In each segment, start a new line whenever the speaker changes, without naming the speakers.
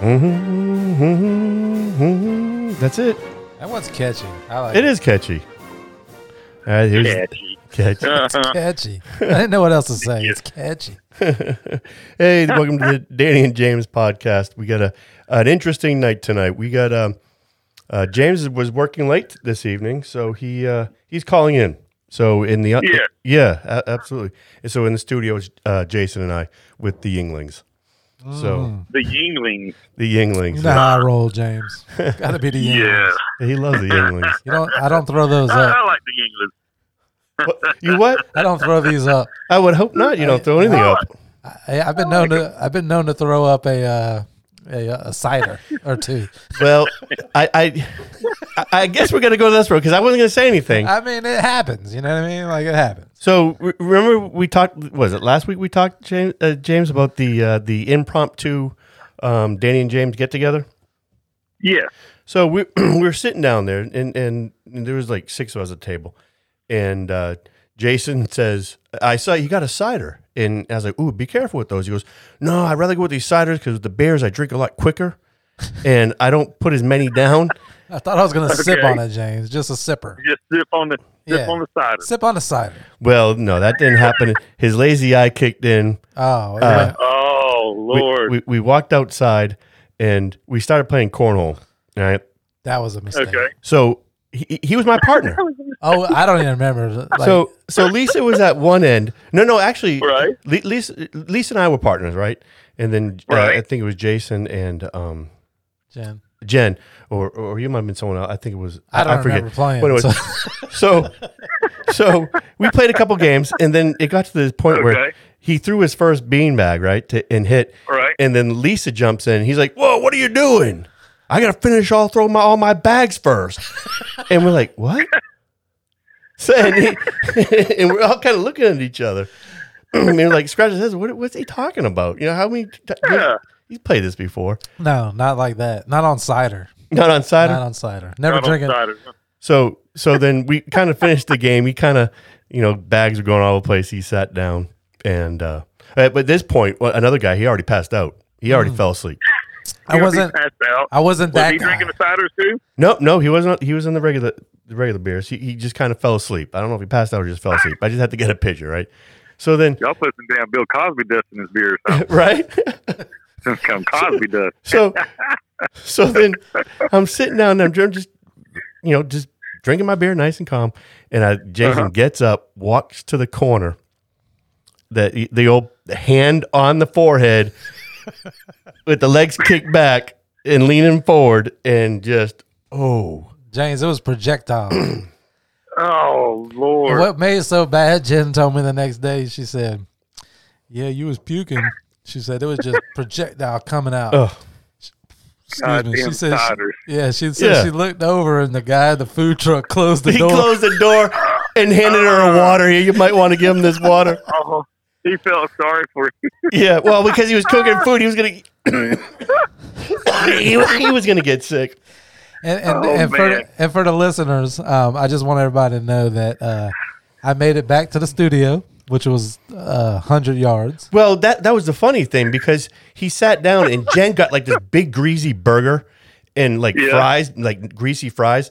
Mm-hmm. That's it.
That one's catchy. I like
It is catchy. All right, here's
Catchy.
catchy.
Uh-huh.
catchy. I didn't know what else to say. It's catchy.
hey, welcome to the Danny and James podcast. We got a an interesting night tonight. We got um, uh, James was working late this evening, so he uh, he's calling in. So in the
Yeah.
yeah, a- absolutely. And so in the studio is uh, Jason and I with the Yinglings. So
the Yingling.
the Yinglings,
You know how I roll, James. Gotta be the Yankees.
Yeah.
he loves the Yinglings.
You don't. I don't throw those
I,
up.
I like the Yingling.
What- you what?
I don't throw these up.
I would hope not. You don't throw anything up.
I, I've been known to. I've been known to throw up a uh, a, a cider or two.
Well, I I, I- I guess we're gonna go this road because I wasn't gonna say anything.
I mean, it happens. You know what I mean? Like it happens.
So re- remember we talked was it last week we talked James, uh, James about the uh, the impromptu um, Danny and James get together.
Yeah.
So we we were sitting down there and, and there was like six of us at the table, and uh, Jason says, "I saw you got a cider," and I was like, "Ooh, be careful with those." He goes, "No, I'd rather go with these ciders because with the beers I drink a lot quicker, and I don't put as many down."
I thought I was gonna sip
Okay.
on it, James. Just a sipper.
Just sip on the sip
Yeah.
on the cider.
Sip on a cider.
Well, no, that didn't happen. His lazy eye kicked in.
Oh, it
Uh,
went-
Oh
we-
Lord.
We, we, walked outside and we started playing cornhole. All right.
that was a mistake.
okay.
So he, he was my partner.
Oh, I don't even remember. Like,
so so Lisa was at one end. No, no, actually,
Right.
Le- Lisa, Lisa and I were partners, right? And then uh,
Right.
I think it was Jason and um,
Jen,
Jen, or or you might have been someone else. I think it was.
I don't
forget.
remember playing.
But it was-
so-
So, so we played a couple games, and then it got to this point where
Okay.
he threw his first beanbag right to, and hit.
Right.
And then Lisa jumps in. He's like, "Whoa, what are you doing? I gotta finish all throw my all my bags first. and we're like, "What?" So and, he, and we're all kind of looking at each other. and we're like, scratch his head. What, what's he talking about? You know how many? T-
Yeah.
He's played this before,
no, not like that. Not on cider.
not on cider.
Not on cider. Never
Not on
drinking.
cider.
So so then we kind of finished the game. He kind of you know bags were going all over the place. He sat down and uh, at but this point well, another guy he already passed out. He
Mm.
already fell asleep.
I
He'll be
wasn't.
passed out.
I wasn't
Was
that
he
guy.
drinking the cider too?
No no he wasn't. He was in the regular the regular beers. He, he just kind of fell asleep. I don't know if he passed out or just fell asleep. I just had to get a picture right. So then
Y'all put some damn Bill Cosby dust in his beer or something.
right
Since come Cosby dust.
so so then I'm sitting down and I'm dr- just you know just drinking my beer nice and calm and I Jason
Uh-huh.
gets up walks to the corner the the old hand on the forehead with the legs kicked back and leaning forward and just oh
James, it was projectile.
Oh
And
Lord.
what made it so bad, Jen told me the next day, she said, Yeah, you was puking. She said it was just projectile coming out.
oh
Excuse me.
Goddamn
She said she-
cider.
Yeah, she said
Yeah.
she looked over and the guy at the food truck closed the
he
door.
closed the door and handed her a water here you might want to give him this water
Oh, he felt sorry for you.
yeah well because he was cooking food he was gonna he, was, he was gonna get sick
And and,
Oh,
and for
man.
the, and for the listeners, um, I just want everybody to know that uh, I made it back to the studio, which was uh, hundred yards.
Well, that that was the funny thing because he sat down and Jen got like this big greasy burger and like
Yeah.
fries, like greasy fries.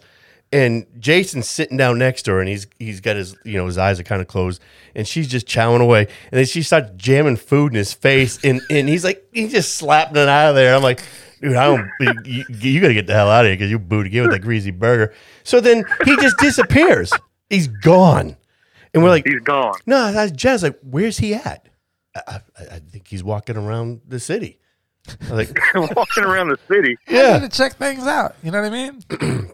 And Jason's sitting down next to her, and he's he's got his you know his eyes are kind of closed, and she's just chowing away, and then she starts jamming food in his face, and and he's like he's just slapping it out of there. I'm like, dude, I don't you, you gotta get the hell out of here because you booed again with that greasy burger. So then he just disappears. He's gone, and we're like,
He's gone.
no, that's Jen's like, where's he at? I, I, I think he's walking around the city. I was like,
Walking around the city.
I
yeah.
need to check things out. You know what I mean?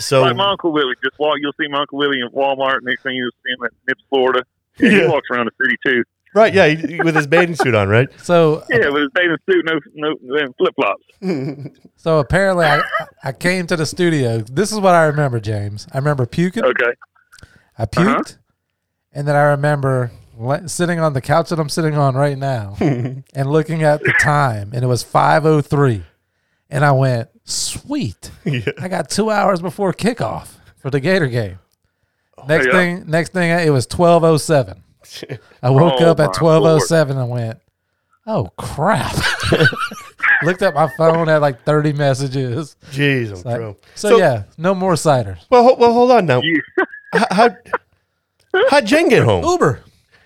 So
Oh.
Like my Uncle Willie. Just walk. You'll see my Uncle Willie in Walmart. Next thing you'll see him at Nips, Florida. Yeah,
Yeah.
He walks around the city too.
right, yeah, he- with his bathing suit on, right?
So
Yeah, with his bathing suit, no, no, and flip flops.
so apparently I I came to the studio. This is what I remember, James. I remember puking.
Okay. Uh-huh.
I puked, and then I remember le- sitting on the couch that I'm sitting on right now and looking at the time, and it was 5:03, and I went, "Sweet,
Yeah.
I got two hours before kickoff for the Gator game." Next
Oh, yeah.
thing, next thing, it was 12:07. I woke
Oh,
up at
my Lord.
12:07 and went, "Oh crap." looked up my phone had like 30 messages.
Jeez, I'm
Like-
pro.
so, yeah, no more cider.
Well, ho- well, hold on now.
You-
How, how, how'd Jen get home?
Uber.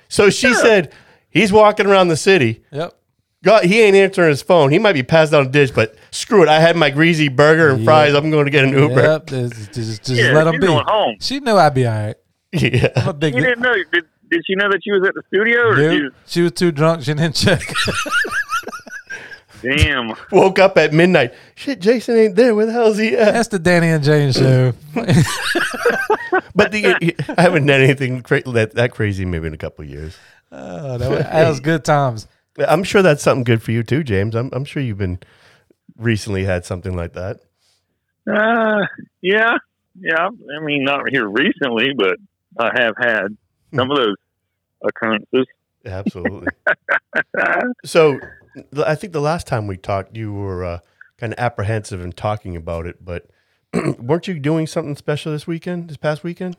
So she said he's walking around the city.
Yep.
God, he ain't answering his phone. He might be passed out a ditch, but screw it. I had my greasy burger and
Yeah.
fries. I'm going to get an Uber.
Yep. Just, just, just
Yeah,
let him
she's
be.
going home.
She knew I'd be all right. I'm
Yeah.
a big
You didn't know. Did, did she know that you was at the studio? Or
Nope.
she was,
She was too drunk. She didn't check.
damn.
Woke up at midnight. Shit, Jason ain't there. Where the hell's he at?
That's the Danny and Jane show.
But the, I haven't done anything cra- that, that crazy maybe in a couple of years.
oh, that was, that was good times.
I'm sure that's something good for you too, James. I'm, I'm sure you've been recently had something like that.
Uh, yeah, yeah. I mean, not here recently, but I have had
Hmm.
some of those occurrences. Uh,
Absolutely. so the- I think the last time we talked, you were uh, kind of apprehensive in talking about it, but weren't you doing something special this weekend, this past weekend?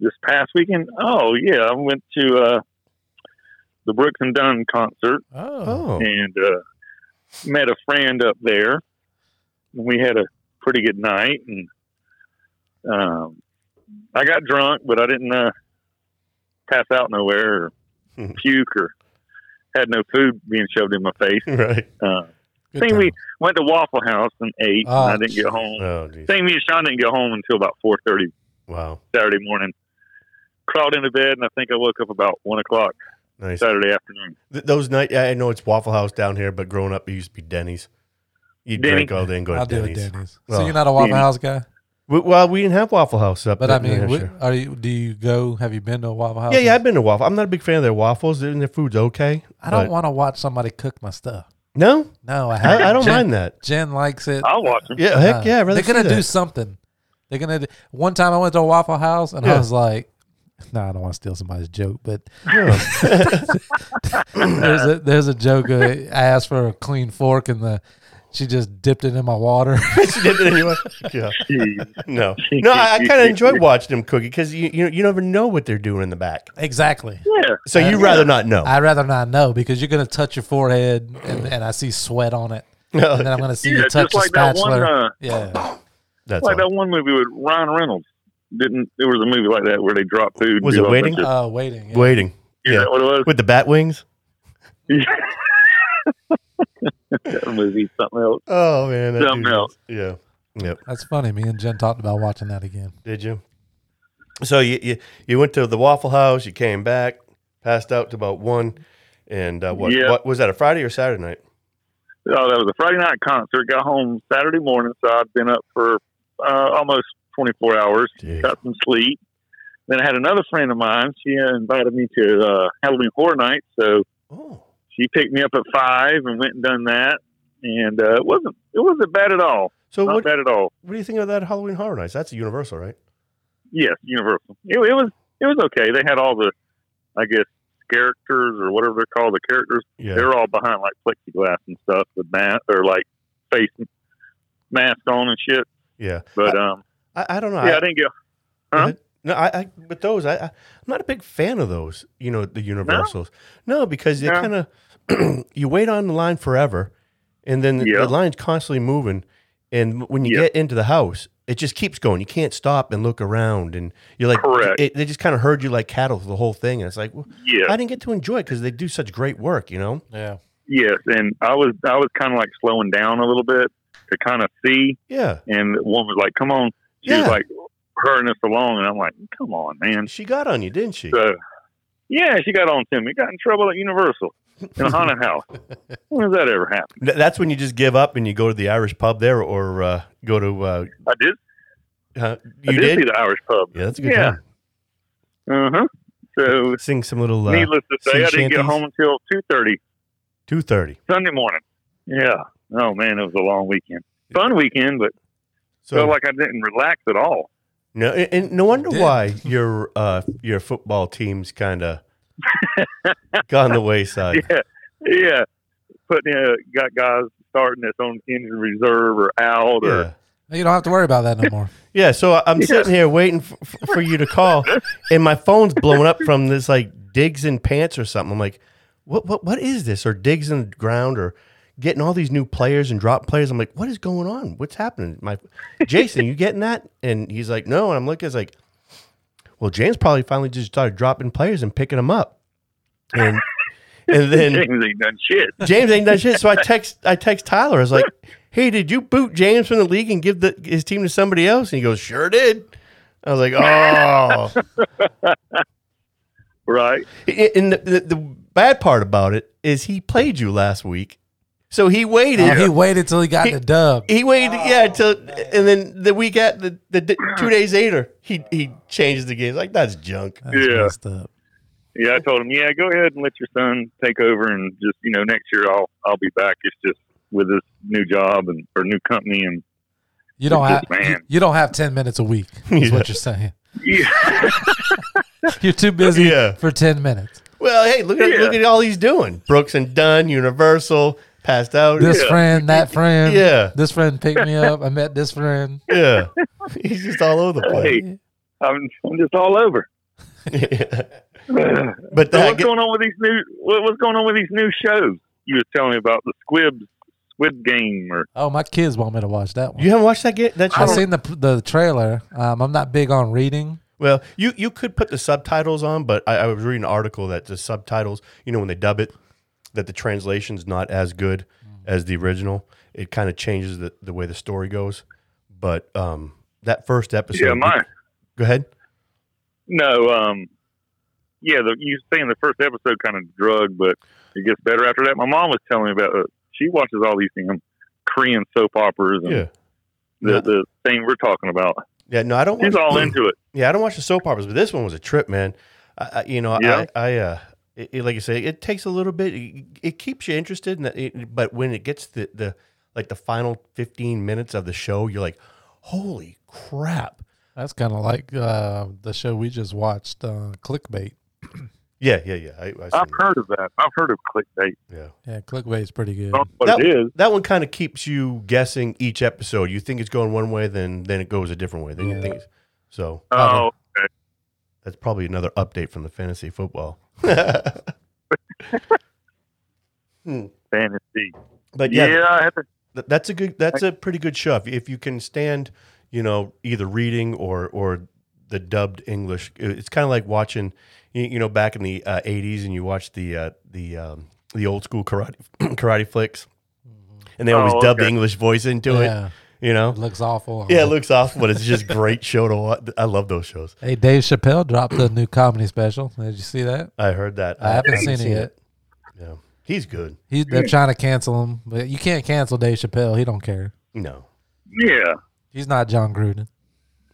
this past weekend, oh yeah, I went to uh, the Brooks and Dunn concert
Oh,
Oh,
and uh, met a friend up there. We had a pretty good night, and um, I got drunk, but I didn't uh, pass out nowhere or
Hmm.
puke or had no food being shoved in my face.
right.
Uh,
good
thing we
times.
went to Waffle House and ate,
Oh,
and I didn't
geez.
get home.
Oh, geez.
Thing me and Sean didn't get home until about four thirty
Wow.
Saturday morning. Crawled into bed, and I think I woke up about one o'clock
Nice.
Saturday afternoon.
Th- those night, I know it's Waffle House down here, but growing up, it used to be Denny's. You
Denny.
drink all day and go
I'll
to
do a
Denny's.
Denny's.
Well,
so you're not a Waffle
Denny's.
House guy,
We- well, we didn't have Waffle House up.
but I
in New
mean, Oh, what,
Hampshire.
are you? Do you go? Have you been to a Waffle House?
yeah, yeah, I've been to Waffle. I'm not a big fan of their waffles, and their food's okay.
I don't
but-
want to watch somebody cook my stuff.
No,
No, I,
I, I don't
Jen,
mind that.
Jen likes it.
I'll watch them.
Yeah, Oh, heck
Uh,
yeah. I'd rather
they're gonna
see
do
that.
something. They're gonna. Do, one time I went to a Waffle House and
Yeah.
I was like, "No, I don't want to steal somebody's joke," but there's a there's a joke. uh, I asked for a clean fork and the she just dipped it in my water.
She did it anyway. Yeah. No.
Yeah.
No, I, I kind of enjoy watching them cook because you, you you never know what they're doing in the back.
exactly.
Yeah,
So
Uh,
you rather not know.
I'd rather not know because you're gonna touch your forehead and, and I see sweat on it, and then I'm gonna see
yeah
you touch
just
the
like that
spatula.
one. Uh,
yeah,
That's
like
all.
that one movie with Ryan Reynolds. Didn't there was a movie like that where they dropped food? and
Was
do
it
all that
Waiting?
shit.
uh, waiting. yeah.
Waiting.
Is
yeah.
that what it was?
With the bat wings.
that movie, something else.
Oh man. that
Something
dude-
else.
Yeah. Yep.
That's funny. Me and Jen talked about watching that again.
Did you? So you, you you went to the Waffle House. You came back, passed out to about one, and uh, what
Yeah.
what was that? A Friday or Saturday night?
Oh, that was a Friday night concert. Got home Saturday morning, so I'd been up for uh, almost 24 hours.
Jeez.
Got some sleep. Then I had another friend of mine. She uh, invited me to uh, Halloween Horror Night, so
Oh.
she picked me up at five and went and done that. And uh, it wasn't it wasn't bad at all.
So
Not
what
bad at all.
what do you think of that Halloween Horror Nights? That's a Universal, right?
Yes, Universal. It, it was it was okay. They had all the, I guess, characters or whatever they're called. The characters
Yeah.
they're all behind like plexiglass and stuff with mask or like face mask on and shit.
yeah.
But um,
I, I don't know.
yeah,
I-
I didn't get
Go
Huh?
ahead. No, I, I but those I, I I'm not a big fan of those. You know the universals. No, because they
No.
kind of you wait on the line forever, and then the,
Yeah.
the line's constantly moving. And when you
Yeah.
get into the house, it just keeps going. You can't stop and look around, and you're like,
Correct.
It, they just kind of herd you like cattle through the whole thing. And it's like, well,
yeah.
I didn't get to enjoy it because they do such great work. You know?
Yeah.
Yes, and I was I was kind of like slowing down a little bit to kind of see,
Yeah.
and the woman was like, "Come on," she
Yeah.
was like hurrying us along, and I'm like, "Come on, man!"
She got on you, didn't she?
So, yeah, she got on to me. Got in trouble at Universal in a haunted house. When does that ever happen?
Th- That's when you just give up and you go to the Irish pub there, or uh, go to uh,
I did.
uh,
I
you
did,
did.
see the Irish pub.
Yeah, that's a good
Yeah.
time.
Uh huh. So,
Sing some little uh,
needless to say,
sea
I didn't get
shanties?
home until two thirty
two thirty.
Sunday morning. Yeah. Oh man, it was a long weekend. Fun weekend, but
So
felt like I didn't relax at all.
no, and and no wonder
Did.
why your uh, your football team's kind of gone the wayside.
yeah, yeah. Putting uh, got guys starting that's on injured reserve or out or
Yeah.
You don't have to worry about that no more.
Yeah, so I- I'm
Yeah.
sitting here waiting for, for you to call, and my phone's blowing up from this like digs in pants or something. I'm like, what what what is this? Or digs in the ground or getting all these new players and drop players. I'm like, what is going on? What's happening? My Jason, you getting that? And he's like, no. And I'm looking, it's like, well, James probably finally just started dropping players and picking them up. And and then
James ain't done shit.
James ain't done shit. So I text I text Tyler. I was like, hey, did you boot James from the league and give the his team to somebody else? And he goes, sure did. I was like, oh.
Right.
And the, the, the bad part about it is he played you last week. So he waited.
Oh, he waited till he got
He-
the dub.
He waited,
Oh,
yeah, till
man.
and then the week at the, the d- two days later, he he changes the game. Like that's junk.
That's
Yeah.
messed up.
Yeah, I told him, yeah, go ahead and let your son take over, and just you know, next year I'll I'll be back. It's just with this new job and or new company, and
You don't have
It's just,
you,
man.
you don't have ten minutes a week. Is
Yeah.
what you're saying.
yeah,
You're too busy
Yeah.
for ten minutes.
Well, hey, look at
Yeah.
look at all he's doing. Brooks and Dunn, Universal, passed out.
This friend, that friend.
Oh, Yeah.
This friend picked me up. I met this friend.
yeah, he's just all over the place.
Hey. I'm I'm just all over. so
But that,
what's going on with these new what, What's going on with these new shows? You were telling me about the Squibs Squid Game, or
Oh, my kids want me to watch that one.
you haven't watched that game. That
I've
show?
seen the the trailer. Um, I'm not big on reading.
Well, you you could put the subtitles on, but I, I was reading an article that the subtitles, you know, when they dub it, that the translation's not as good
Mm.
as the original. It kind of changes the, the way the story goes. But um, that first episode,
yeah, mine.
Go ahead.
No, um, yeah, the, you were saying the first episode kind of drug, but it gets better after that. My mom was telling me about. Uh, she watches all these damn Korean soap operas and
Yeah,
the,
Yeah.
the thing we're talking about.
yeah. No, I don't.
She's
watch-
all into it.
Yeah, I don't watch the soap operas, but this one was a trip, man. I, I, you know,
Yeah.
I, I uh, it, it- like I say, it takes a little bit. It, it keeps you interested, and it, but when it gets the the like the final fifteen minutes of the show, you're like, holy crap!
That's kind of like uh, the show we just watched, uh, Clickbait.
Yeah, yeah, yeah. I, I see
I've
that.
heard of that. I've heard of clickbait.
Yeah,
Yeah, Clickbait's pretty good.
I don't know what it is.
that one kind of keeps you guessing each episode. You think it's going one way, then then it goes a different way. Then
Yeah.
you think it's, so.
Oh,
That's probably another update from the fantasy football. Hmm.
fantasy.
But
Yeah,
yeah,
I have to,
Th- that's a good that's a pretty good show if, if you can stand you know either reading or or the dubbed english it's kind of like watching you, you know back in the uh, 80s and you watch the uh, the um, the old school karate karate flicks and they always
Oh,
dub the
okay.
English voice into
yeah,
it, you know.
it looks awful. Uh,
Yeah, it looks awful, but it's just great show to watch. I love those shows.
Hey, Dave Chappelle dropped the new comedy special. Did you see that?
I heard that.
I haven't seen it yet.
Yeah, he's good.
He, they're trying to cancel him, but you can't cancel Dave Chappelle. He don't care.
No,
yeah.
He's not John Gruden.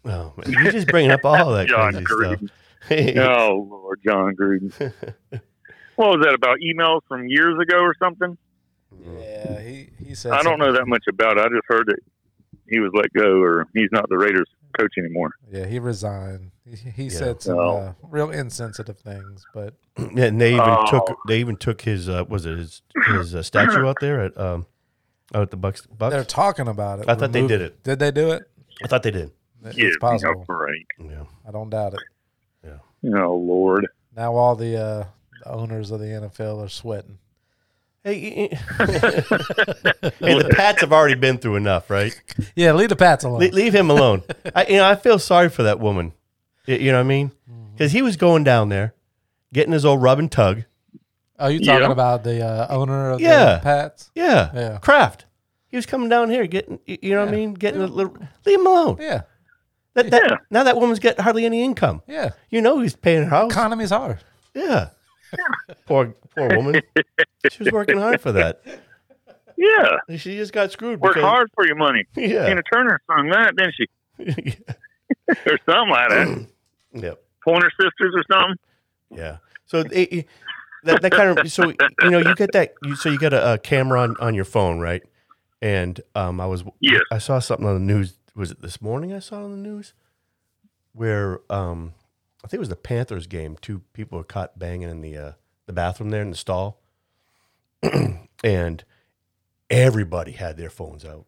oh, man. you're just bringing up all that
John
crazy
Gruden.
stuff.
Oh, Lord, John Gruden. what was that about? Emails from years ago or something?
Yeah, he, he said.
I don't know that much about it. I just heard that he was let go or he's not the Raiders coach anymore.
Yeah, he resigned. He, he
Yeah.
said some
Oh.
uh, real insensitive things, but
Yeah, and they even
Oh.
took they even took his uh, was it his his uh, statue out there at um out at the Bucks
they're
Bucks.
talking about it.
I thought they
Remove-
did it.
Did they do it?
I thought they did.
Give me
It's
a
possible.
break.
Yeah,
I don't doubt it.
Oh, Lord.
Now all the uh, owners of the NFL are sweating.
hey, and the Pats have already been through enough, right?
Yeah, leave the Pats alone.
Le- leave him alone. I, you know, I feel sorry for that woman. Y- You know what I mean?
Mm-hmm.
Because he was going down there, getting his old rub and tug.
oh, you talking
Yeah.
about the uh, owner of
Yeah.
the Pats?
Yeah,
Yeah.
Kraft. He was coming down here, getting y- you know what I
Yeah.
mean? Getting a little. Leave him alone.
Yeah,
That, that,
Yeah.
Now that woman's got hardly any income.
yeah.
You know he's paying her house.
Economy's hard.
Yeah. poor poor woman. She was working hard for that.
Yeah.
She just got screwed.
Work
because-
hard for your money.
Yeah.
Tina Turner sung that, didn't she? Or something like that.
yep.
Pointer Sisters or something.
Yeah. So it, it- that, that kind of so you know you get that you, so you got a, a camera on, on your phone right and um I was
Yes.
I saw something on the news was it this morning I saw it on the news where um I think it was the Panthers game two people were caught banging in the uh, the bathroom there in the stall and everybody had their phones out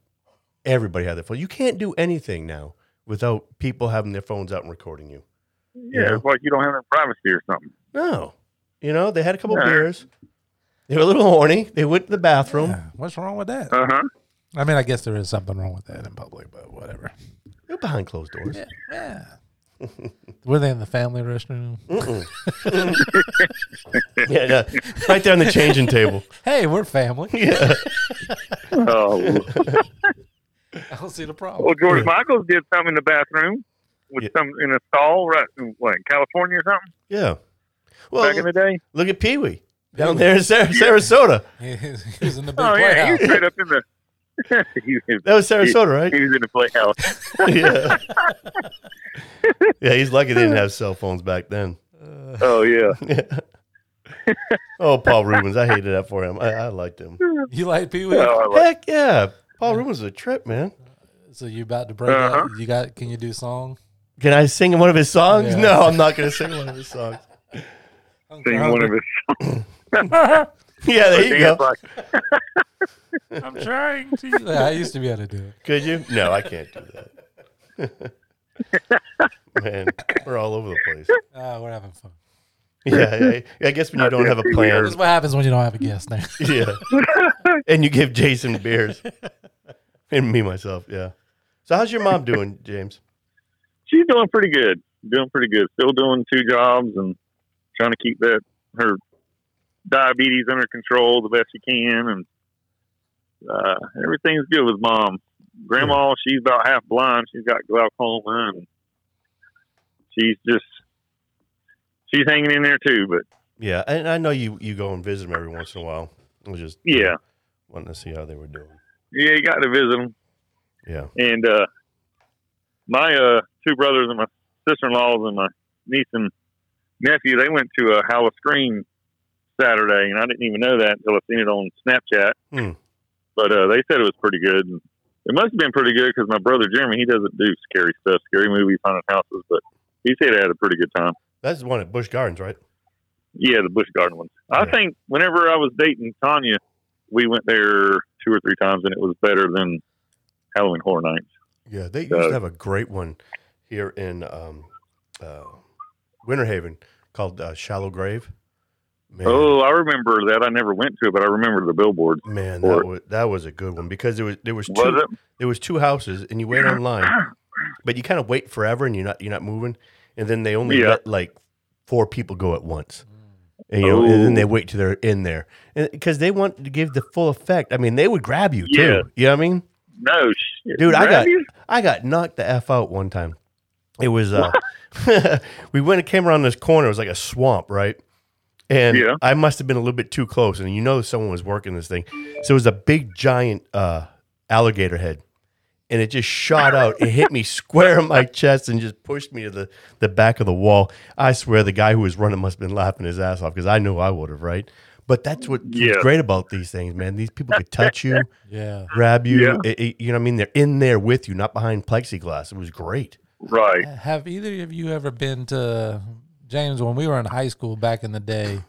everybody had their phone you can't do anything now without people having their phones out and recording you
Yeah, it's like you don't have any privacy or something.
no. You know, they had a couple
Yeah.
beers. They were a little horny. They went to the bathroom.
Yeah, What's wrong with that?
Uh huh.
I mean, I guess there is something wrong with that in public, but whatever.
They were behind closed doors.
Yeah. yeah. Were they in the family restroom?
Yeah, yeah. Right there on the changing table.
Hey, we're family.
Yeah.
Oh.
I don't see the
Well,
problem.
George Michaels did some in the bathroom with
Yeah.
some in a stall, right? in, What in California or something
Yeah. Well,
back in the day?
look at Pee Wee down there in Sar- Sarasota.
He he was in the big
Oh yeah, he was
playhouse.
straight up in the. he, was,
That was Sarasota, right?
he was in the playhouse.
yeah. yeah, he's lucky they didn't have cell phones back then.
Oh yeah,
Oh, Paul Rubens. I hated that for him. I, I liked him.
You like Pee Wee?
oh, I like-
Heck yeah. Paul Rubens was a trip, man.
So you about to break
Uh-huh.
up? You got? Can you do song?
Can I sing one of his songs?
Yeah.
No, I'm not going to sing one of his songs.
sing one of his.
Yeah, there you
Dance
go.
like,
I'm trying to. Yeah, I used to be able to do it.
Could you? No, I can't do that. man, we're all over the place.
Ah, we're having fun.
Yeah, yeah, I guess when you don't have a
This
plan.
is what happens when you don't have a guest name.
Yeah. And you give Jason beers. And me, myself, yeah. So how's your mom doing, James?
she's doing pretty good. Doing pretty good. Still doing two jobs and trying to keep that her diabetes under control the best she can, and uh, everything's good with mom. Grandma, she's about half blind. She's got glaucoma, and she's just she's hanging in there too. But
Yeah, and I know you you go and visit them every once in a while. I was just
yeah,
wanting to see how they were doing.
yeah, you got to visit them.
Yeah,
and uh, my uh, two brothers and my sister-in-laws and my niece and nephew they went to a Howl of Scream Saturday, and I didn't even know that until I seen it on Snapchat.
Hmm.
But uh, they said it was pretty good. And it must have been pretty good because my brother Jeremy he doesn't do scary stuff, scary movies, haunted houses, but he said I had a pretty good time.
that's the one at Bush Gardens, right?
Yeah, the Bush Garden one.
Yeah.
I think whenever I was dating Tanya, we went there two or three times, and it was better than Halloween Horror Nights.
Yeah, they used
Uh,
to have a great one here in um, uh, Winter Haven called uh, Shallow Grave. Man,
Oh, I remember that. I never went to it, but I remember the billboard.
man,
or-
that was that was a good one because there was there was two
Was it?
there was two houses and you wait online, but you kind of wait forever and you're not you're not moving, and then they only
Yeah.
let like four people go at once.
Mm,
And, you know, and then
Ooh.
they wait till they're in there because they want to give the full effect. I mean, they would grab you too.
Yeah.
You know what I mean?
No, shit.
Dude, I got-
Really?
I got knocked the f out one time. It was uh, we went and came around this corner. It was like a swamp, right? And
Yeah.
I must have been a little bit too close, and you know someone was working this thing. So it was a big giant uh, alligator head, and it just shot out. It hit me square in my chest and just pushed me to the the back of the wall. I swear, the guy who was running must have been laughing his ass off because I knew I would have, right? But that's what's
Yeah.
great about these things, man. These people could touch you
Yeah.
grab you.
Yeah.
It- it- you know what I mean? They're in there with you, not behind plexiglass. It was great.
Right.
Have either of you ever been to James when we were in high school back in the day?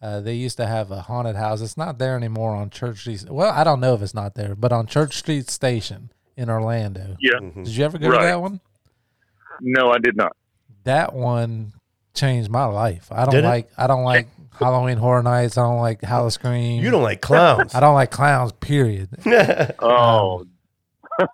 Uh, they used to have a haunted house. It's not there anymore on Church Street. Well, I don't know if it's not there, but on Church Street Station in Orlando.
Yeah.
Mm-hmm.
Did you ever go to
Right.
that one?
No, I did not.
That one changed my life. I don't
Did it?
like. I don't like Halloween Horror Nights. I don't like Halloween Scream.
You don't like clowns.
I don't like clowns. Period.
Oh,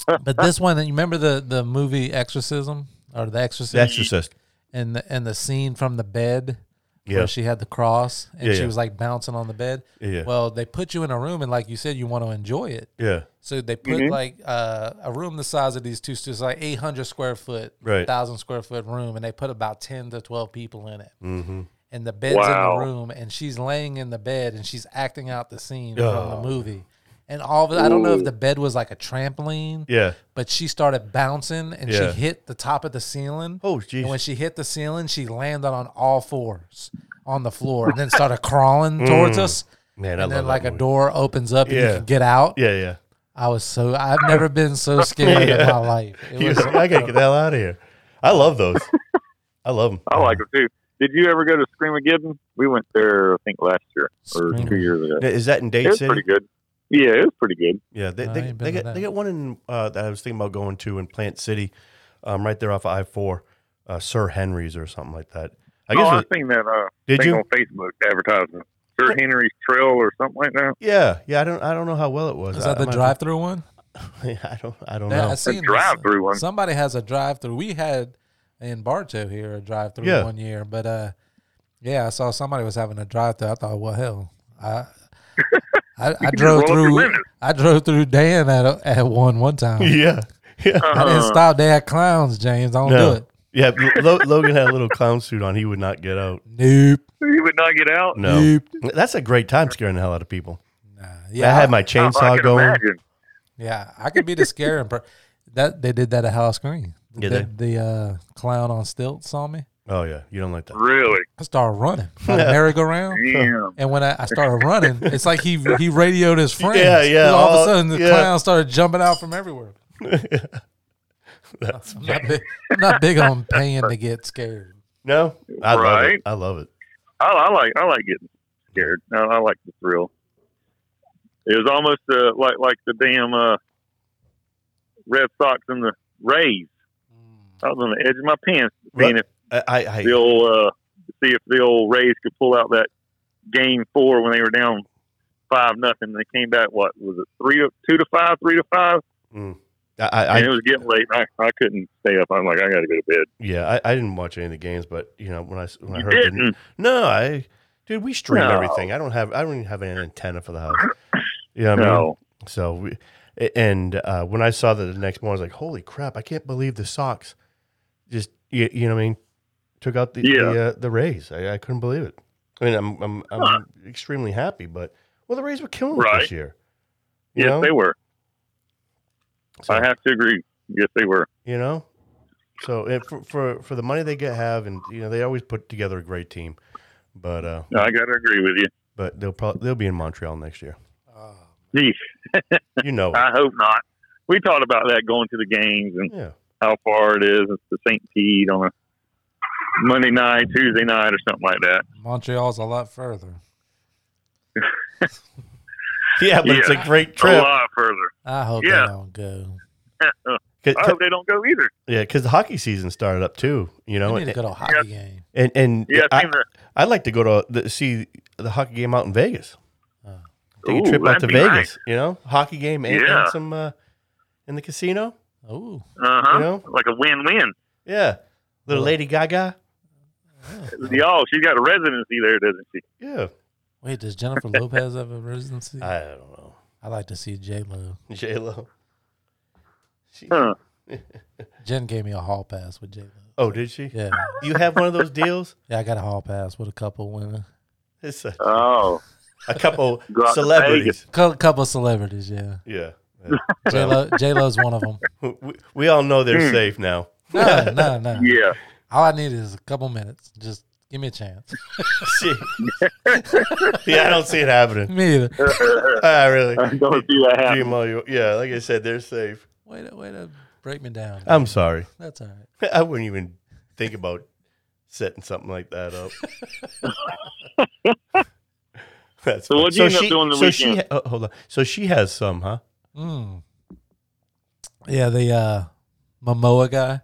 but this one, you remember the the movie Exorcism or The
the
Exorcist,
Exorcist.
and the, and the scene from the bed.
Yeah.
where she had the cross and
Yeah,
she
yeah.
was like bouncing on the bed.
Yeah.
Well, they put you in a room and like you said, you want to enjoy it.
yeah.
So they put
Mm-hmm.
like uh, a room the size of these two studios, like 800 square foot,
Right.
1,000 square foot room, and they put about 10 to 12 people in it.
Mm-hmm.
And the bed's
Wow.
in the room, and she's laying in the bed and she's acting out the scene
Oh.
from the movie. And all of it, I don't know if the bed was like a trampoline,
Yeah.
but she started bouncing and
Yeah.
she hit the top of the ceiling.
Oh,
And when
jeez.
she hit the ceiling, she landed on all fours on the floor and then started crawling towards us.
Man,
And,
I
then
love
like
that
a
movie.
door opens up and you
Yeah.
can get out.
Yeah, yeah.
I was so I've never been so scared in
Yeah.
my life. It
He was
was,
like, I gotta get the hell out of here. I love those. I love them.
I like it too. Did you ever go to Screamageddon? We went there, I think, last year or two
Scream-
years ago.
Is that in
It
Dade
was
City?
pretty good. Yeah, it was pretty good.
Yeah, they
No, I
they,
ain't
they
been to
got
that.
they got one in uh, that I was thinking about going to in Plant City, um, right there off of I four, uh, Sir Henry's or something like that. I guess.
oh,
it
I
was-
seen that uh,
did
thing
you?
on Facebook advertisement. Sir Henry's Trail or something like that.
Yeah, yeah. I don't, I don't know how well it was.
Is
I-
that
I
the
might-
drive-through one?
I don't, I don't
Yeah,
know.
I seen this.
drive-thru one.
Somebody has a drive-through. We had in Bartow here a drive-through
Yeah.
one year, but uh, yeah, I saw somebody was having a drive-through. I thought, well, hell, I I, I
just
drove
roll up your
through.
windows.
I drove through Dan at a, at one one time.
Yeah, yeah,
I didn't
Uh-huh.
stop. They had clowns, James. Don't
No.
do it.
yeah. Lo- Logan had a little clown suit on. He would not get out.
Nope.
He would not get out.
No,
Nope.
that's a great time scaring the hell out of people.
Nah.
Yeah,
Yeah,
I had my
I- I
chainsaw
can
going.
imagine.
Yeah, I could be the scaring per That they did that at House Green.
Yeah,
the, the uh, clown on stilts saw me.
Oh yeah, you don't like that.
Really?
I started running, like a merry-go-round.
Damn.
And when I, I started running, it's like he he radioed his friends.
Yeah, yeah,
All, of
all-
a sudden, the
yeah.
clown started jumping out from everywhere.
That's-
I'm not, big, I'm not big on paying to get scared.
no, I love it.
Right?
I love it.
I, I like I like getting scared. I, I like the thrill. It was almost uh, like like the damn uh, Red Sox and the Rays.
Mm.
I was on the edge of my pants seeing if
I, I, I
the old uh, see if the old Rays could pull out that game four when they were down five nothing. They came back what was it three to two to five, three to five,
mm. I, I,
and it
I
was getting late. And I I couldn't stay up. I'm like I got to go to bed.
yeah, I, I didn't watch any of the games, but you know when I s- when I
You
heard the-
didn't.
no, I dude, we stream
No.
everything. I don't have I don't even have an antenna for the house. You know what I mean?
No,
So, we, and uh, when I saw that the next morning, I was like, "Holy crap! I can't believe the Sox just you, you know what I mean took out the
Yeah.
the, uh, the Rays. I, I couldn't believe it. I mean, I'm I'm, I'm
Huh.
extremely happy, but well, the Rays were killing us this
Right.
year. You
yes
know?
they were.
So,
I have to agree. Yes, they were.
you know. So and for, for for the money they get have, and you know they always put together a great team, but uh,
I got to agree with you.
but they'll probably they'll be in Montreal next year.
Oh,
Gee,
You know, it.
I hope not. We talked about that going to the games and
yeah,
how far it is. It's the St. Pete on a Monday night, Tuesday night, or something like that.
Montreal's a lot further.
yeah, but it's a
Yeah.
great
A
trip.
lot further.
I hope
Yeah.
they don't go.
'Cause-
I hope they don't go either.
yeah, because the hockey season started up too. You know,
we need to
and-
go to a hockey game.
And and
Yeah, I
I,
think that,
I'd like to go to the, see the hockey game out in Vegas.
Oh.
Take
Ooh,
a trip out
that'd
to
be
Vegas.
nice.
You know, hockey game and, and
Yeah.
some uh, in the casino.
Ooh,
Uh-huh.
You know?
Like a win-win.
Yeah, little
Well-
Lady Gaga.
Y'all, she's got a residency there, doesn't she?
Yeah,
wait, does Jennifer Lopez have a residency? I,
I don't know
like to see J Lo.
J Lo.
Huh.
Jen gave me a hall pass with J Lo.
Oh, did she?
Yeah,
You have one of those deals?
yeah, I got a hall pass with a couple women,
It's a,
Oh.
a couple
Go out to
celebrities.
Cou- couple celebrities. Yeah,
Yeah. yeah.
J Lo, J Lo's one of them.
we, we all know they're
Hmm.
safe now.
No, no, no.
Yeah.
All I need is a couple minutes. Just give me a chance.
Shit. yeah, I don't see it happening.
me either.
I really.
I don't see that
Dream
happen.
all you- yeah, like I said, they're safe.
Way to, way to break me down.
I'm sorry.
That's all right.
I wouldn't even think about setting something like that up. That's
So
funny.
what'd you end up doing the
so She,
weekend?
ha- oh, hold on. So she has some, huh?
Mm. Yeah, the uh, Momoa guy,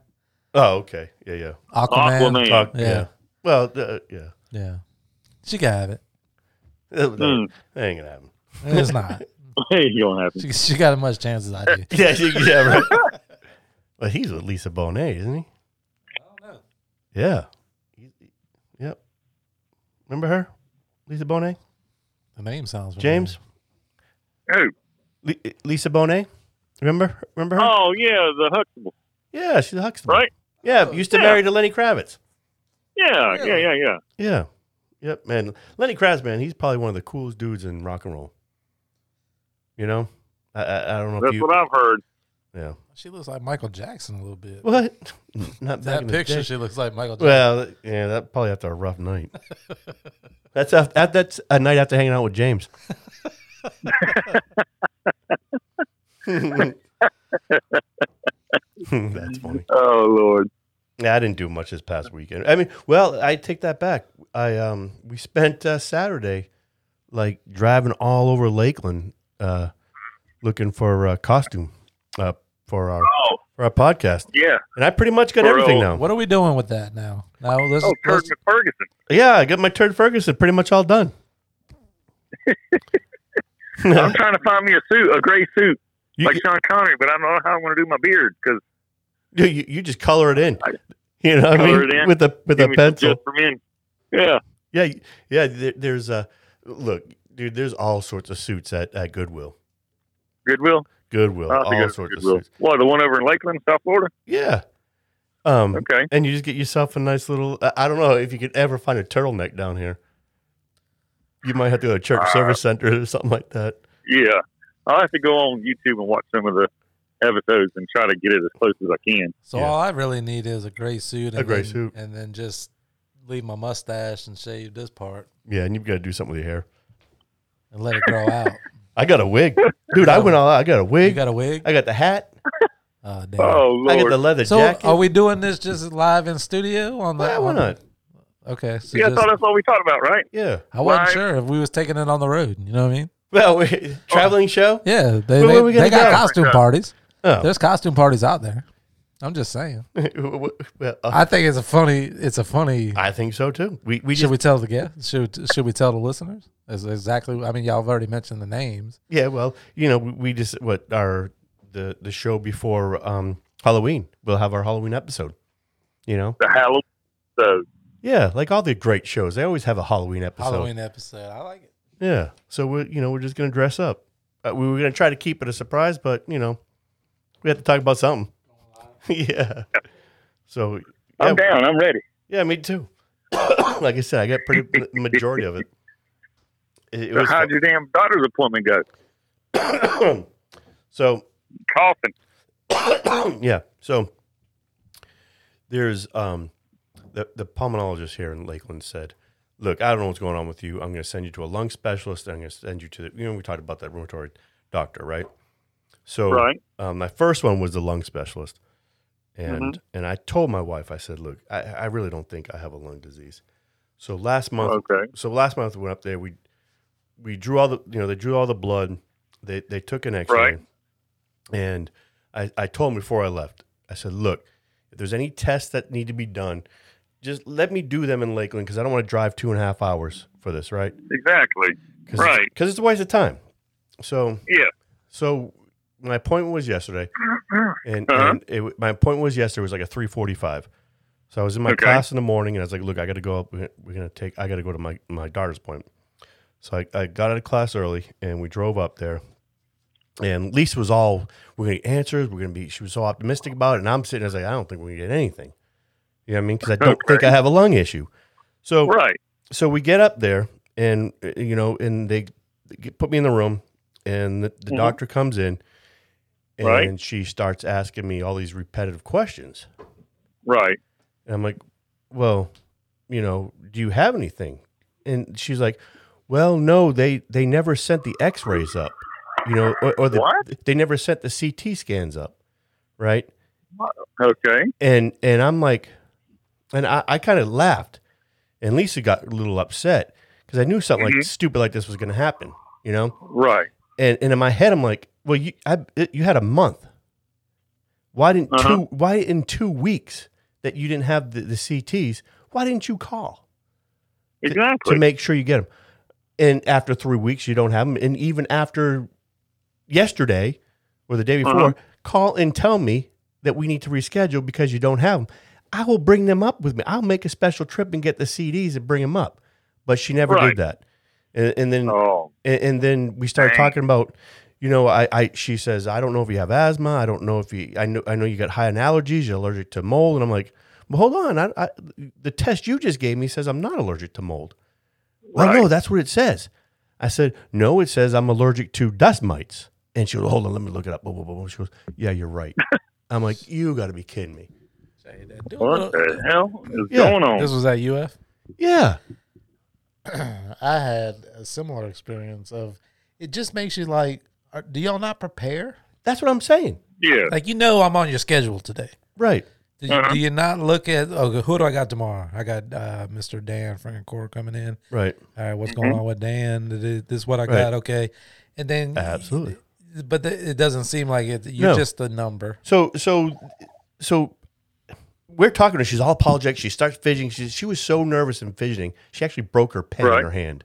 Oh, okay. Yeah, yeah.
Aquaman.
Aquaman.
Talk-
Yeah.
yeah. Well, uh, yeah.
Yeah, she can have it.
That, that-
Hmm.
that ain't gonna happen.
It's not.
Ain't Hmm. gonna happen.
she, she got as much chance as I do.
Yeah, she- yeah, right. well, he's with Lisa Bonet, isn't he? Yeah. He- he- Yep. Remember her, Lisa Bonet?
The name sounds familiar.
James,
Oh.
Li- Lisa Bonet. Remember? Remember her?
Oh, yeah, the Huxtable.
Yeah, she's a Huxtable.
Right?
Yeah, used to
Yeah.
marry to Lenny Kravitz.
Yeah,
Yeah.
yeah, yeah, yeah.
Yeah. Yep, man. Lenny Kravitz, man, he's probably one of the coolest dudes in rock and roll. You know? I I, I don't know
That's
if you
what I've heard.
Yeah.
She looks like Michael Jackson a little bit.
What? Not back
that
in the
picture,
day.
she looks like Michael. Jackson.
Well, yeah, that probably after a rough night. that's after, that's a night after hanging out with James. that's funny.
Oh, Lord.
Yeah, I didn't do much this past weekend. I mean, well, I take that back. I um, we spent uh, Saturday like driving all over Lakeland, uh, looking for uh, costume uh, for our
Oh,
for our podcast,
yeah.
and I pretty much got
For,
everything
uh,
now.
what are we doing with that now? Now let's,
Oh, Kurt
let's
McFerguson.
Yeah, I got my turd Ferguson pretty much all done.
I'm trying to find me a suit, a gray suit,
you,
like Sean Connery, but I don't know how I'm going to do my beard because
you, you- you just color it in. You know, what I
Color
mean,
it in.
with a with a pencil.
just for men. Yeah,
Yeah, y- yeah. There, there's a look, dude. There's all sorts of suits at, at Goodwill.
Goodwill.
Goodwill,
I'll have to go
Oh, all
to
sorts
Goodwill.
of suits.
What the one over in Lakeland, South Florida?
Yeah. Um,
Okay,
and you just get yourself a nice little. I- I don't know if you could ever find a turtleneck down here. You might have to go to church
Uh,
service center or something like that.
yeah. I'll have to go on YouTube and watch some of the episodes and try to get it as close as I can.
So
Yeah.
all I really need is a gray suit. And
gray
then,
suit.
and then just leave my mustache and shave this part
Yeah, and you've got to do something with your hair.
and let it grow out.
I got a wig, dude. I went all out. I got a
you
wig.
got a wig?
I got the hat.
Oh, damn.
Oh
I got
Lord,
the leather
so
jacket.
are we doing this just live in studio on the?
yeah, why
on the-
not?
Okay. So
yeah, I
just-
thought that's all we talked about, right?
Yeah.
I wasn't
Live.
sure if we was taking it on the road. You know what I mean?
Well, we, traveling show.
Yeah, they
Where-
they,
where we gonna
they got
go?
costume
Yeah.
parties.
Oh.
There's costume parties out there. I'm just saying.
Well, uh,
I think it's a funny. It's a funny.
I think so too. We we
should
just
we tell the guests? Should should we tell the listeners? Is exactly. I mean, y'all have already mentioned the names.
yeah. Well, you know, we, we just what our the the show before um Halloween. We'll have our Halloween episode. You know.
The Halloween. So
Yeah, like all the great shows, they always have a Halloween episode.
Halloween episode. I like it.
Yeah. So we're you know we're just gonna dress up. Uh, we were gonna try to keep it a surprise, but you know we had to talk about something. yeah. So
I'm
yeah,
down. I'm ready.
yeah, me too. like I said, I got pretty the majority of it. It, it
So
was
how'd your damn daughter's appointment go?
fun. so
Coughing.
yeah. So there's um the the pulmonologist here in Lakeland said, "Look, I don't know what's going on with you. I'm going to send you to a lung specialist. and I'm going to send you to the, you know we talked about that rheumatoid doctor, right? So
Right.
um, my first one was the lung specialist, and
Mm-hmm.
and I told my wife, I said, "Look, I, I really don't think I have a lung disease." So last month,
Okay.
so last month we went up there. We we drew all the you know they drew all the blood. They they took an X-ray,
Right.
and I I told him before I left. I said, look, if there's any tests that need to be done, just let me do them in Lakeland because I don't want to drive two and a half hours for this, right?
Exactly.
Cause
Right.
Because it's a waste of time. So
Yeah.
So my appointment was yesterday, and,
Uh-huh.
and it, w- my appointment was yesterday. It was like a three forty-five. So I was in my
Okay.
class in the morning, and I was like, "Look, I got to go up. We're gonna- we're gonna take. I got to go to my my daughter's appointment." So I, I got out of class early, and we drove up there. And Lisa was all, "We're gonna get answers. We're gonna be." She was so optimistic about it, and I'm sitting. there, I was like, "I don't think we're gonna get anything." You know what I mean? Because I don't think
Okay.
I have a lung issue. So
Right.
so we get up there and uh, you know and they get- put me in the room and the, the
Mhm.
doctor comes in and
Right.
she starts asking me all these repetitive questions
Right.
and i'm like well you know do you have anything and she's like well no they they never sent the x-rays up you know or, or the,
What?
they never sent the ct scans up right
Okay.
and and I'm like, and I, I kind of laughed, and Lisa got a little upset because I knew something like
Mhm.
stupid like this was going to happen, you know.
Right.
And and in my head, I'm like, well, you I, it- you had a month. Why didn't
Uh-huh.
two? Why in two weeks that you didn't have the, the CTs? Why didn't you call to-
Exactly.
to make sure you get them? And after three weeks, you don't have them. And even after yesterday or the day before,
Uh-huh.
call and tell me that we need to reschedule because you don't have them. I will bring them up with me. I'll make a special trip and get the CDs and bring them up. But she never
Right.
did that. And, and then
oh.
and, and then we started
Dang.
talking about, you know, I, I she says I don't know if you have asthma. I don't know if you I know I know you got high on allergies. You're allergic to mold. And I'm like, well, hold on. I, I the test you just gave me says I'm not allergic to mold.
Right.
Well, no, that's what it says. I said, no, it says I'm allergic to dust mites. And she goes, hold on, let me look it up. Blah, blah, blah, blah. She goes, yeah, you're right. I'm like, you got to be kidding me.
What the hell is
Yeah.
going on?
This was at UF.
Yeah.
I had a similar experience of it just makes you like, are, do y'all not prepare?
That's what I'm saying.
Yeah.
Like you know, I'm on your schedule today.
Right.
Do you,
Uh-huh.
do you not look at? Okay, who do I got tomorrow? I got uh, Mr. Dan Frankencore coming in.
Right.
All right, what's
Mm-hmm.
going on with Dan? Th- This is what I got. Okay, and then
Absolutely.
but th- it doesn't seem like it. You're
No.
just a number.
So, so, so we're talking to her. She's all apologetic. She starts fidgeting. She, she was so nervous and fidgeting. She actually broke her pen
Right.
in her hand.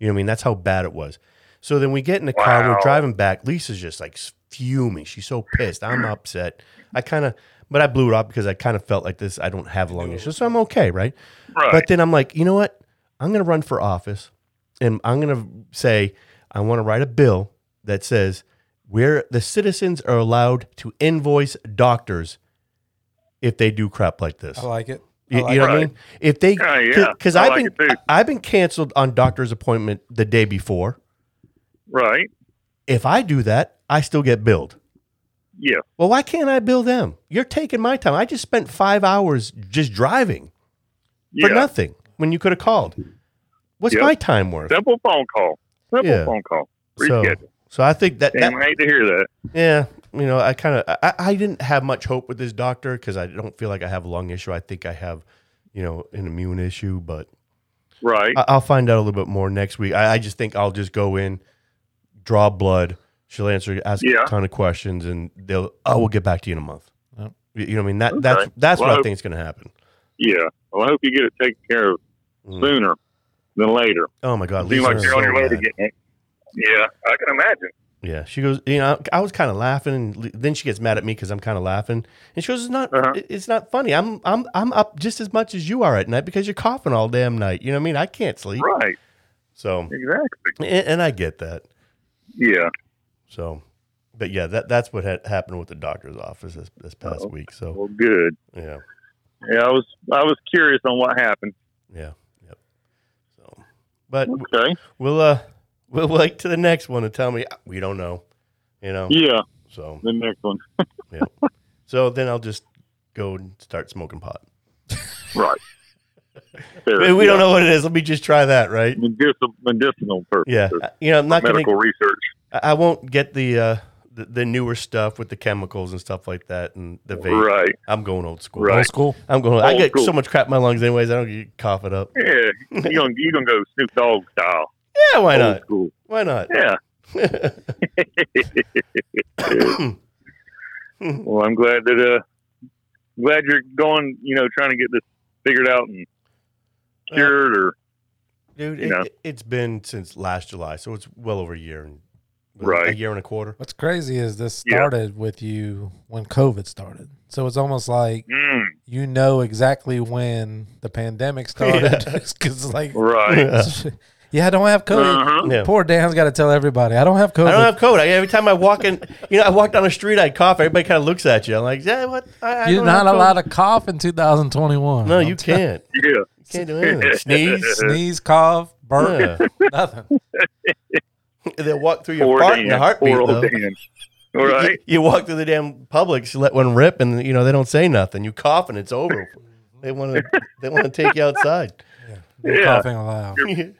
You know what I mean? That's how bad it was. So then we get in the car, we're
Wow.
driving back. Lisa's just like fuming. She's so pissed. I'm upset. I kind of, but I blew it off because I kind of felt like this. I don't have lung issues, so I'm okay, right?
Right.
But then I'm like, you know what? I'm going to run for office and I'm going to say, I want to write a bill that says where the citizens are allowed to invoice doctors if they do crap like this.
I like it. I
You,
like
you know
it.
what I mean? If they,
Oh, yeah.
because
I
I've
like
been,
it, too.
I've been canceled on doctor's appointment the day before.
right.
If I do that, I still get billed.
Yeah.
Well, why can't I bill them? You're taking my time. I just spent five hours just driving
Yeah.
for nothing when you could have called. What's
Yep.
my time worth?
Simple phone call. Simple
Yeah.
phone call.
So,
Reschedule.
so I think that, that
Damn, I hate to hear that.
yeah, you know, I kind of I, I didn't have much hope with this doctor because I don't feel like I have a lung issue. I think I have, you know, an immune issue, but
Right.
I, I'll find out a little bit more next week. I, I just think I'll just go in, draw blood. She'll answer, ask
Yeah.
a ton of questions, and they'll oh, we'll get back to you in a month.
Yep.
You you know, what I mean that that's
Okay.
that's what I
Well,
think is going to happen.
yeah. Well, I hope you get it taken care of
Mm.
sooner than later.
Oh my god,
Seems like
Lisa's
you're on
so
your way to
mad.
getting it. Yeah, I can imagine.
Yeah, she goes. You know, I was kind of laughing, and l- then she gets mad at me because I'm kind of laughing, and she goes, "It's not,
Uh-huh.
it- it's not funny. I'm, I'm, I'm up just as much as you are at night because you're coughing all damn night. You know what I mean? I can't sleep.
Right.
So,
Exactly.
and, and I get that.
Yeah.
So, but yeah, that that's what had happened with the doctor's office this, this past
Uh-oh.
week. So,
Well, good.
yeah,
Yeah, I was I was curious on what happened.
yeah, yep. So, but
Okay.
we'll, uh, we'll wait to the next one to tell me we don't know. You know,
Yeah,
so
the next one.
so then I'll just go and start smoking pot.
Right. Fair.
we, we
Yeah.
don't know what it is. Let me just try that, right?
Medicinal, medicinal purpose.
Yeah, I- you know, I'm not gonna.
Medical research.
I I won't get the uh, the, the newer stuff with the chemicals and stuff like that and the vape.
Right.
I'm going old school.
Right.
Old school.
I'm going. I
Old
get
school.
so much crap in my lungs, anyways. I don't get cough it up.
Yeah. You're going you gonna go Snoop Dogg style.
Yeah, why
Old
not?
school.
Why not?
Yeah. Well, I'm glad that uh, glad you're going. You know, trying to get this figured out and cured, or
Dude,
You
it,
know.
it's been since last July, so it's well over a year and
Right.
a year and a quarter.
What's crazy is this
Yeah.
started with you when COVID started. So it's almost like
mm,
you know exactly when the pandemic started. Because, like,
right?
Yeah.
yeah, I don't have COVID.
Uh-huh.
Yeah.
Poor Dan's got to tell everybody, I don't have COVID.
I don't have COVID. I, every time I walk in, you know, I walk down the street, I cough. Everybody kind of looks at you. I'm like, yeah, what? I, I
You're
don't have
not
COVID.
allowed to cough in 2021.
No,
I'm
you
telling-
can't.
Yeah,
You can't do anything. Sneeze.
Sneeze, cough, burp,
Yeah.
nothing.
They'll walk through your
poor
fart
Dan,
in a heartbeat.
poor old
though.
Dan. Right?
You, you walk through the damn Publix, you let one rip, and you know they don't say nothing. You cough, and it's over. They want to. They want to take you outside.
Yeah, no
Yeah.
coughing allowed.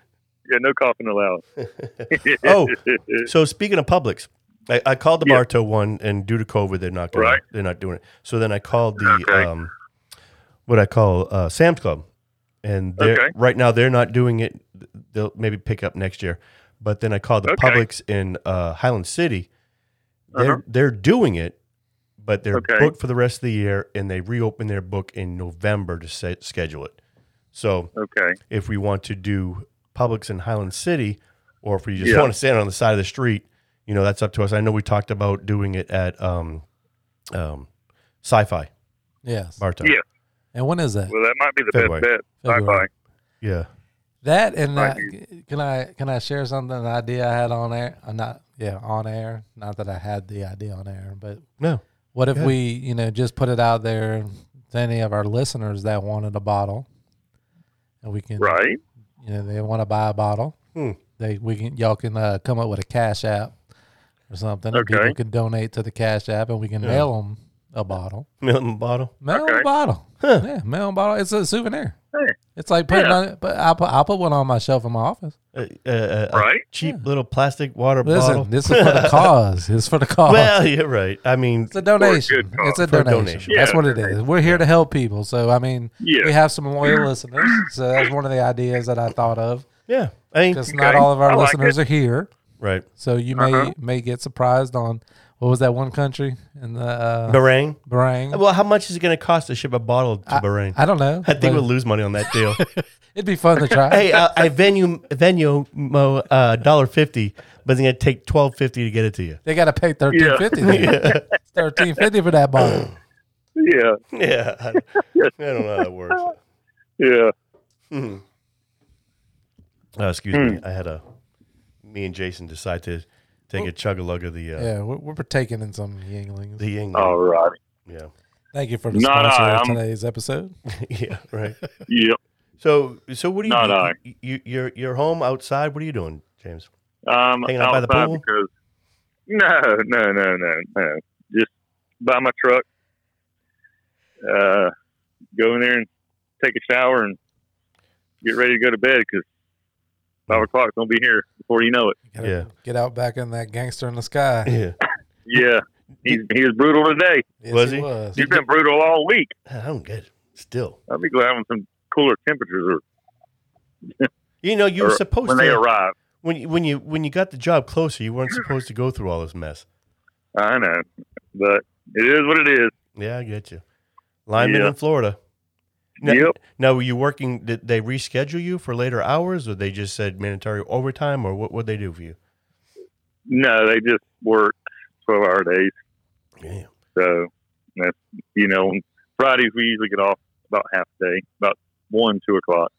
Yeah, no coughing allowed.
Oh. so speaking of Publix, I, I called the
Yeah.
Bartow one, and due to COVID, they're not going.
Right.
They're not doing it. So then I called the
Okay.
um, what I call uh, Sam's Club, and they're,
Okay.
right now they're not doing it. They'll maybe pick up next year. But then I called the
Okay.
Publix in uh, Highland City. They're
Uh-huh.
they're doing it, but they're
Okay.
booked for the rest of the year, and they reopen their book in November to set, schedule it. So
okay.
if we want to do Publix in Highland City, or if we just
Yeah.
want to stand on the side of the street, you know, that's up to us. I know we talked about doing it at um, um, Sci-Fi
Yes.
Bartow.
Yeah.
And when is that?
Well, that might be the
February.
best bet. Bye bye.
February.
yeah,
That and uh,
Right.
can I can I share something? An idea I had on air. I'm not yeah on air. Not that I had the idea on air, but
no,
what if
Yeah.
we you know just put it out there to any of our listeners that wanted a bottle, and we can
Right?
you know they want to buy a bottle.
Hmm.
They we can y'all can uh, come up with a cash app or something. and
Okay.
People can donate to the cash app, and we can
Yeah.
mail them a bottle.
Milton Bottle.
Mail 'em
Okay.
a bottle.
Huh.
Yeah, mail 'em a bottle. It's a souvenir.
Hey.
It's like putting
Yeah.
on. But I'll put I'll put one on my shelf in my office.
Uh, uh, uh, a
Right?
cheap
Yeah.
little plastic water
Listen,
bottle.
this is for the cause. It's for the cause.
Well, you're right. I mean,
it's a donation.
good cause.
it's a
For a
donation.
donation.
That's
Yeah.
what it is. We're here to help people. So I mean, we
Yeah.
have some loyal listeners. So that's one of the ideas that I thought of.
yeah. I mean,
Because not
Okay.
all of our
I like
listeners are here,
right.
so you may
Uh-huh.
may get surprised on what was that one country in the uh,
Bahrain.
Bahrain?
Well, how much is it going to cost to ship a bottle to Bahrain? I,
I don't know.
think
but
we'll lose money on that deal.
it'd be fun to try.
hey, uh, I venue venue mo uh, dollar fifty, but it's going to take twelve fifty to get it to you.
They got to pay thirteen fifty.
Yeah,
Thirteen fifty for that bottle.
Yeah,
yeah. I, I don't know how that works.
yeah.
Mhm. Uh, excuse
Hmm.
me. I had a. Me and Jason decide to take a chug a lug of the uh,
Yeah, we're, we're partaking in some yinglings.
the Yingling.
All Oh, right.
Yeah,
Thank you for the
Not
sponsor
I,
of
I'm-
today's episode.
yeah. Right.
Yep.
So, so what do you?
No,
do?
no.
You, you're you're home outside. What are you doing, James?
Um,
Hanging out by the
outside
pool?
Because, no, no, no, no, no. Just by my truck. Uh, go in there and take a shower and get ready to go to bed because
Mm.
five o'clock gonna be here before you know it.
Gotta
Yeah.
Get out back in that gangster in the sky.
Yeah.
Yeah, he, he was brutal today.
Yes,
Was he?
was.
He's been brutal all week.
I'm good. Still,
I'll be glad when some cooler temperatures
you know, you
Or
were supposed
are, Er, when they
to
arrive.
when you, when you when you got the job closer, you weren't supposed to go through all this mess.
I know, but it is what it is.
Yeah, I get you. Lyman
Yeah.
in Florida. Now,
Yep.
Now, were you working? Did they reschedule you for later hours, or they just said mandatory overtime, or what? What they do for you?
No, they just work twelve hour days.
Yeah.
So that's you know, on Fridays we usually get off about half a day, about one, two o'clock.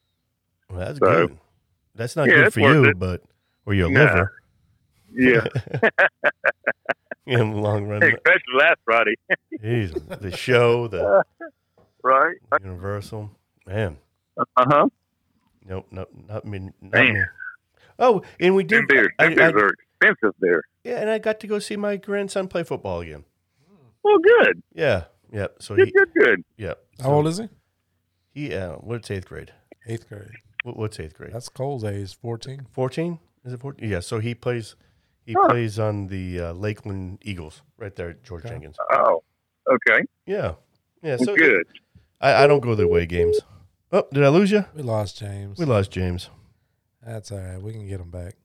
Well, that's
So-
good. That's not
Yeah,
good
it's
for
worth
you,
it.
but or your
Nah.
liver
Yeah,
in the long run.
especially last Friday,
Jeez, the show, the
right?
Universal, man.
Uh huh.
Nope, nope, not me. Not
Man.
me. Oh, and we
Them
did.
beers,
I-
them beers
I-
are expensive there.
yeah, and I got to go see my grandson play football again.
Well, good,
Yeah, yeah. So
good,
he,
good, good.
yeah.
How old is he?
He, uh, what's eighth grade?
Eighth grade.
What, what's eighth grade?
That's Cole's age, fourteen.
Fourteen? Is it fourteen? Yeah. So he plays. He
Huh.
plays on the uh, Lakeland Eagles, right there, at George
Okay.
Jenkins.
Oh, okay,
Yeah, yeah.
well,
So
good.
I, I don't go to away games. Oh, did I lose you?
We lost James.
We lost James.
That's all right. We can get him back.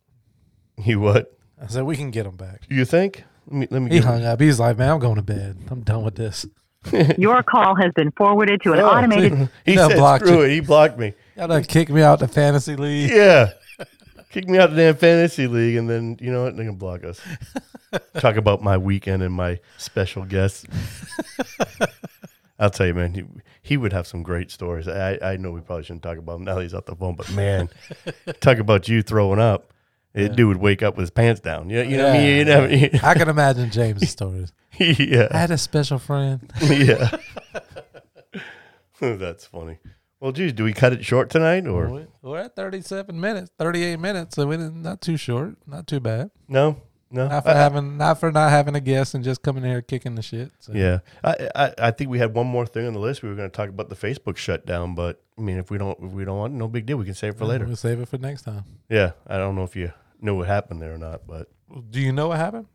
You what?
I said we can get him back.
You think? Let me. Let me
He
give-
hung up. He's like, man, I'm going to bed. I'm done with this.
Your call has been forwarded to an
Oh,
automated.
He
No,
said,
blocked
"Screw
you.
it." He blocked me.
Y'all done kick me out the fantasy league.
Yeah. Kick me out of the damn fantasy league, and then you know what? They're gonna block us. Talk about my weekend and my special guests. I'll tell you, man, he, he would have some great stories. I, I know we probably shouldn't talk about him now that he's off the phone, but man, talk about you throwing up. It dude would wake up with his pants down. You know, you know what I mean? You
Yeah.
never, you-
I can imagine James' stories. I
yeah,
had a special friend.
yeah. That's funny. Well, geez, do we cut it short tonight, or
We- We're at 37 minutes, 38 minutes, so we didn't, not too short, not too bad.
no? No,
Not for having, not for not having a guest and just coming here kicking the shit. So.
Yeah, I, I I think we had one more thing on the list. We were going to talk about the Facebook shutdown, but I mean, if we don't if we don't want, it, no big deal. We can save it for later.
We'll save it for next time.
Yeah, I don't know if you knew what happened there or not, but
Do you know what happened?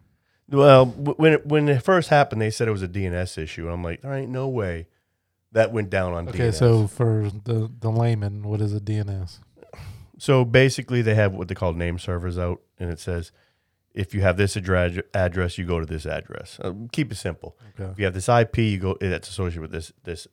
well, w- when it, when it first happened, they said it was a DNS issue. and I'm like, there ain't no way that went down on
Okay,
DNS.
so for the the layman, what is a DNS?
So basically, they have what they call name servers out, and it says if you have this address, address you go to this address. Uh, keep it simple.
Okay.
If you have this IP, you go that's associated with this this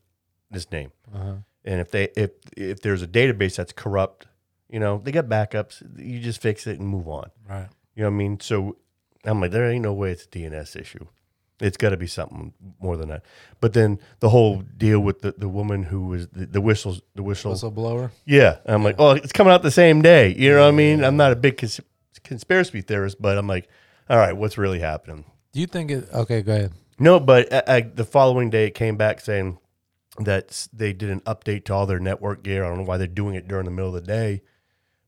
this name.
Uh-huh.
and if they if if there's a database that's corrupt, you know they got backups. You just fix it and move on.
Right.
You know what I mean? So I'm like, there ain't no way it's a DNS issue. It's got to be something more than that. But then the whole deal with the, the woman who was the, the whistles the whistle,
Whistleblower.
yeah. I'm like, oh, it's coming out the same day. You know what I mean? I'm not a big cons- conspiracy theorist, but I'm like, all right, what's really happening?
Do you think it? Okay, go ahead.
No, but uh, uh, the following day it came back saying that s- they did an update to all their network gear. I don't know why they're doing it during the middle of the day,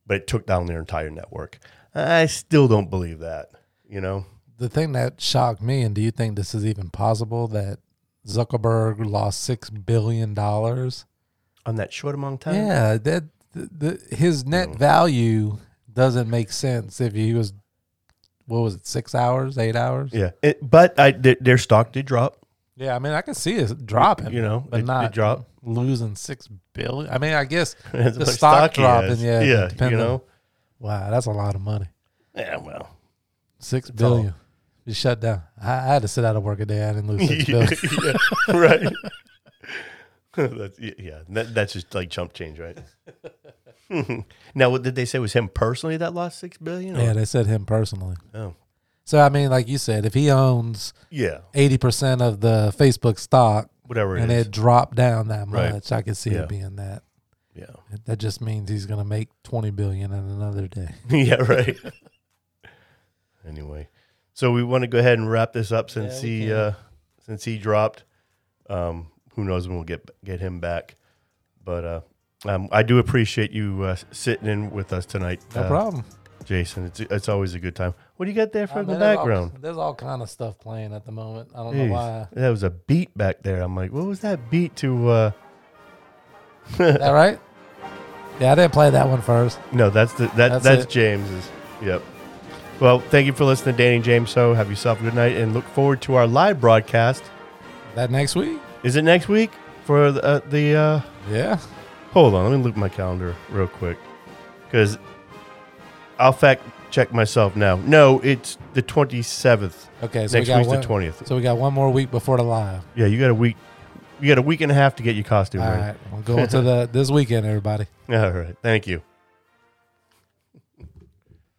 but it took down their entire network. I still don't believe that. You know,
The thing that shocked me, and do you think this is even possible that Zuckerberg lost six billion dollars?
on that short amount of time.
Yeah, that the, the, his net value doesn't make sense if he was what was it six hours, eight hours?
Yeah. It, but I, th- their stock did drop.
Yeah, I mean, I can see it dropping.
You know,
but
it- it
not
dropped.
losing six billion. I mean, I guess
As
The
much
stock
he
dropping,
has.
yeah,
Yeah. You
depending on-
know,
wow, that's a lot of money.
yeah, well,
Six
all.
billion. We shut down. I, I had to sit out of work a day. I didn't lose six
yeah,
bills.
yeah, right. that's, yeah, that, that's just like chump change, right? now, what did they say was him personally that lost six billion? or-
Yeah, they said him personally.
Oh.
So I mean, like you said, if he owns
yeah,
eighty percent of the Facebook stock
whatever it
and
is.
it dropped down that
Right.
much, I could see
Yeah.
it being that.
yeah,
That just means he's gonna make twenty billion in another day.
yeah, right. anyway, so we want to go ahead and wrap this up since
we
he
can.
uh, since he dropped. Um, who knows when we'll get get him back? But uh, um, I do appreciate you uh, sitting in with us tonight,
No
uh,
problem.
Jason. It's it's always a good time. What do you got there
I
from the
mean, there's all-
background?
there's all kind of stuff playing at the moment. I don't know why.
Jeez, that was a beat back there. I'm like, what was that beat to? Uh...
Is that right? Yeah, I didn't play that one first.
No, that's the that that's,
That's it.
James's. Yep. Well, thank you for listening, to Danny and James. So have yourself a good night, and look forward to our live broadcast.
That next week.
Is it next week for the? Uh, the uh...
Yeah.
Hold on, let me look at my calendar real quick, because I'll fact check myself now. No, it's the 27th.
Okay.
next
So we got
week's
one,
the 20th.
So we got one more week before the live.
Yeah, you got a week. You got a week and a half to get your costume
All
ready.
right. We'll go to the this weekend, everybody.
All right. Thank you.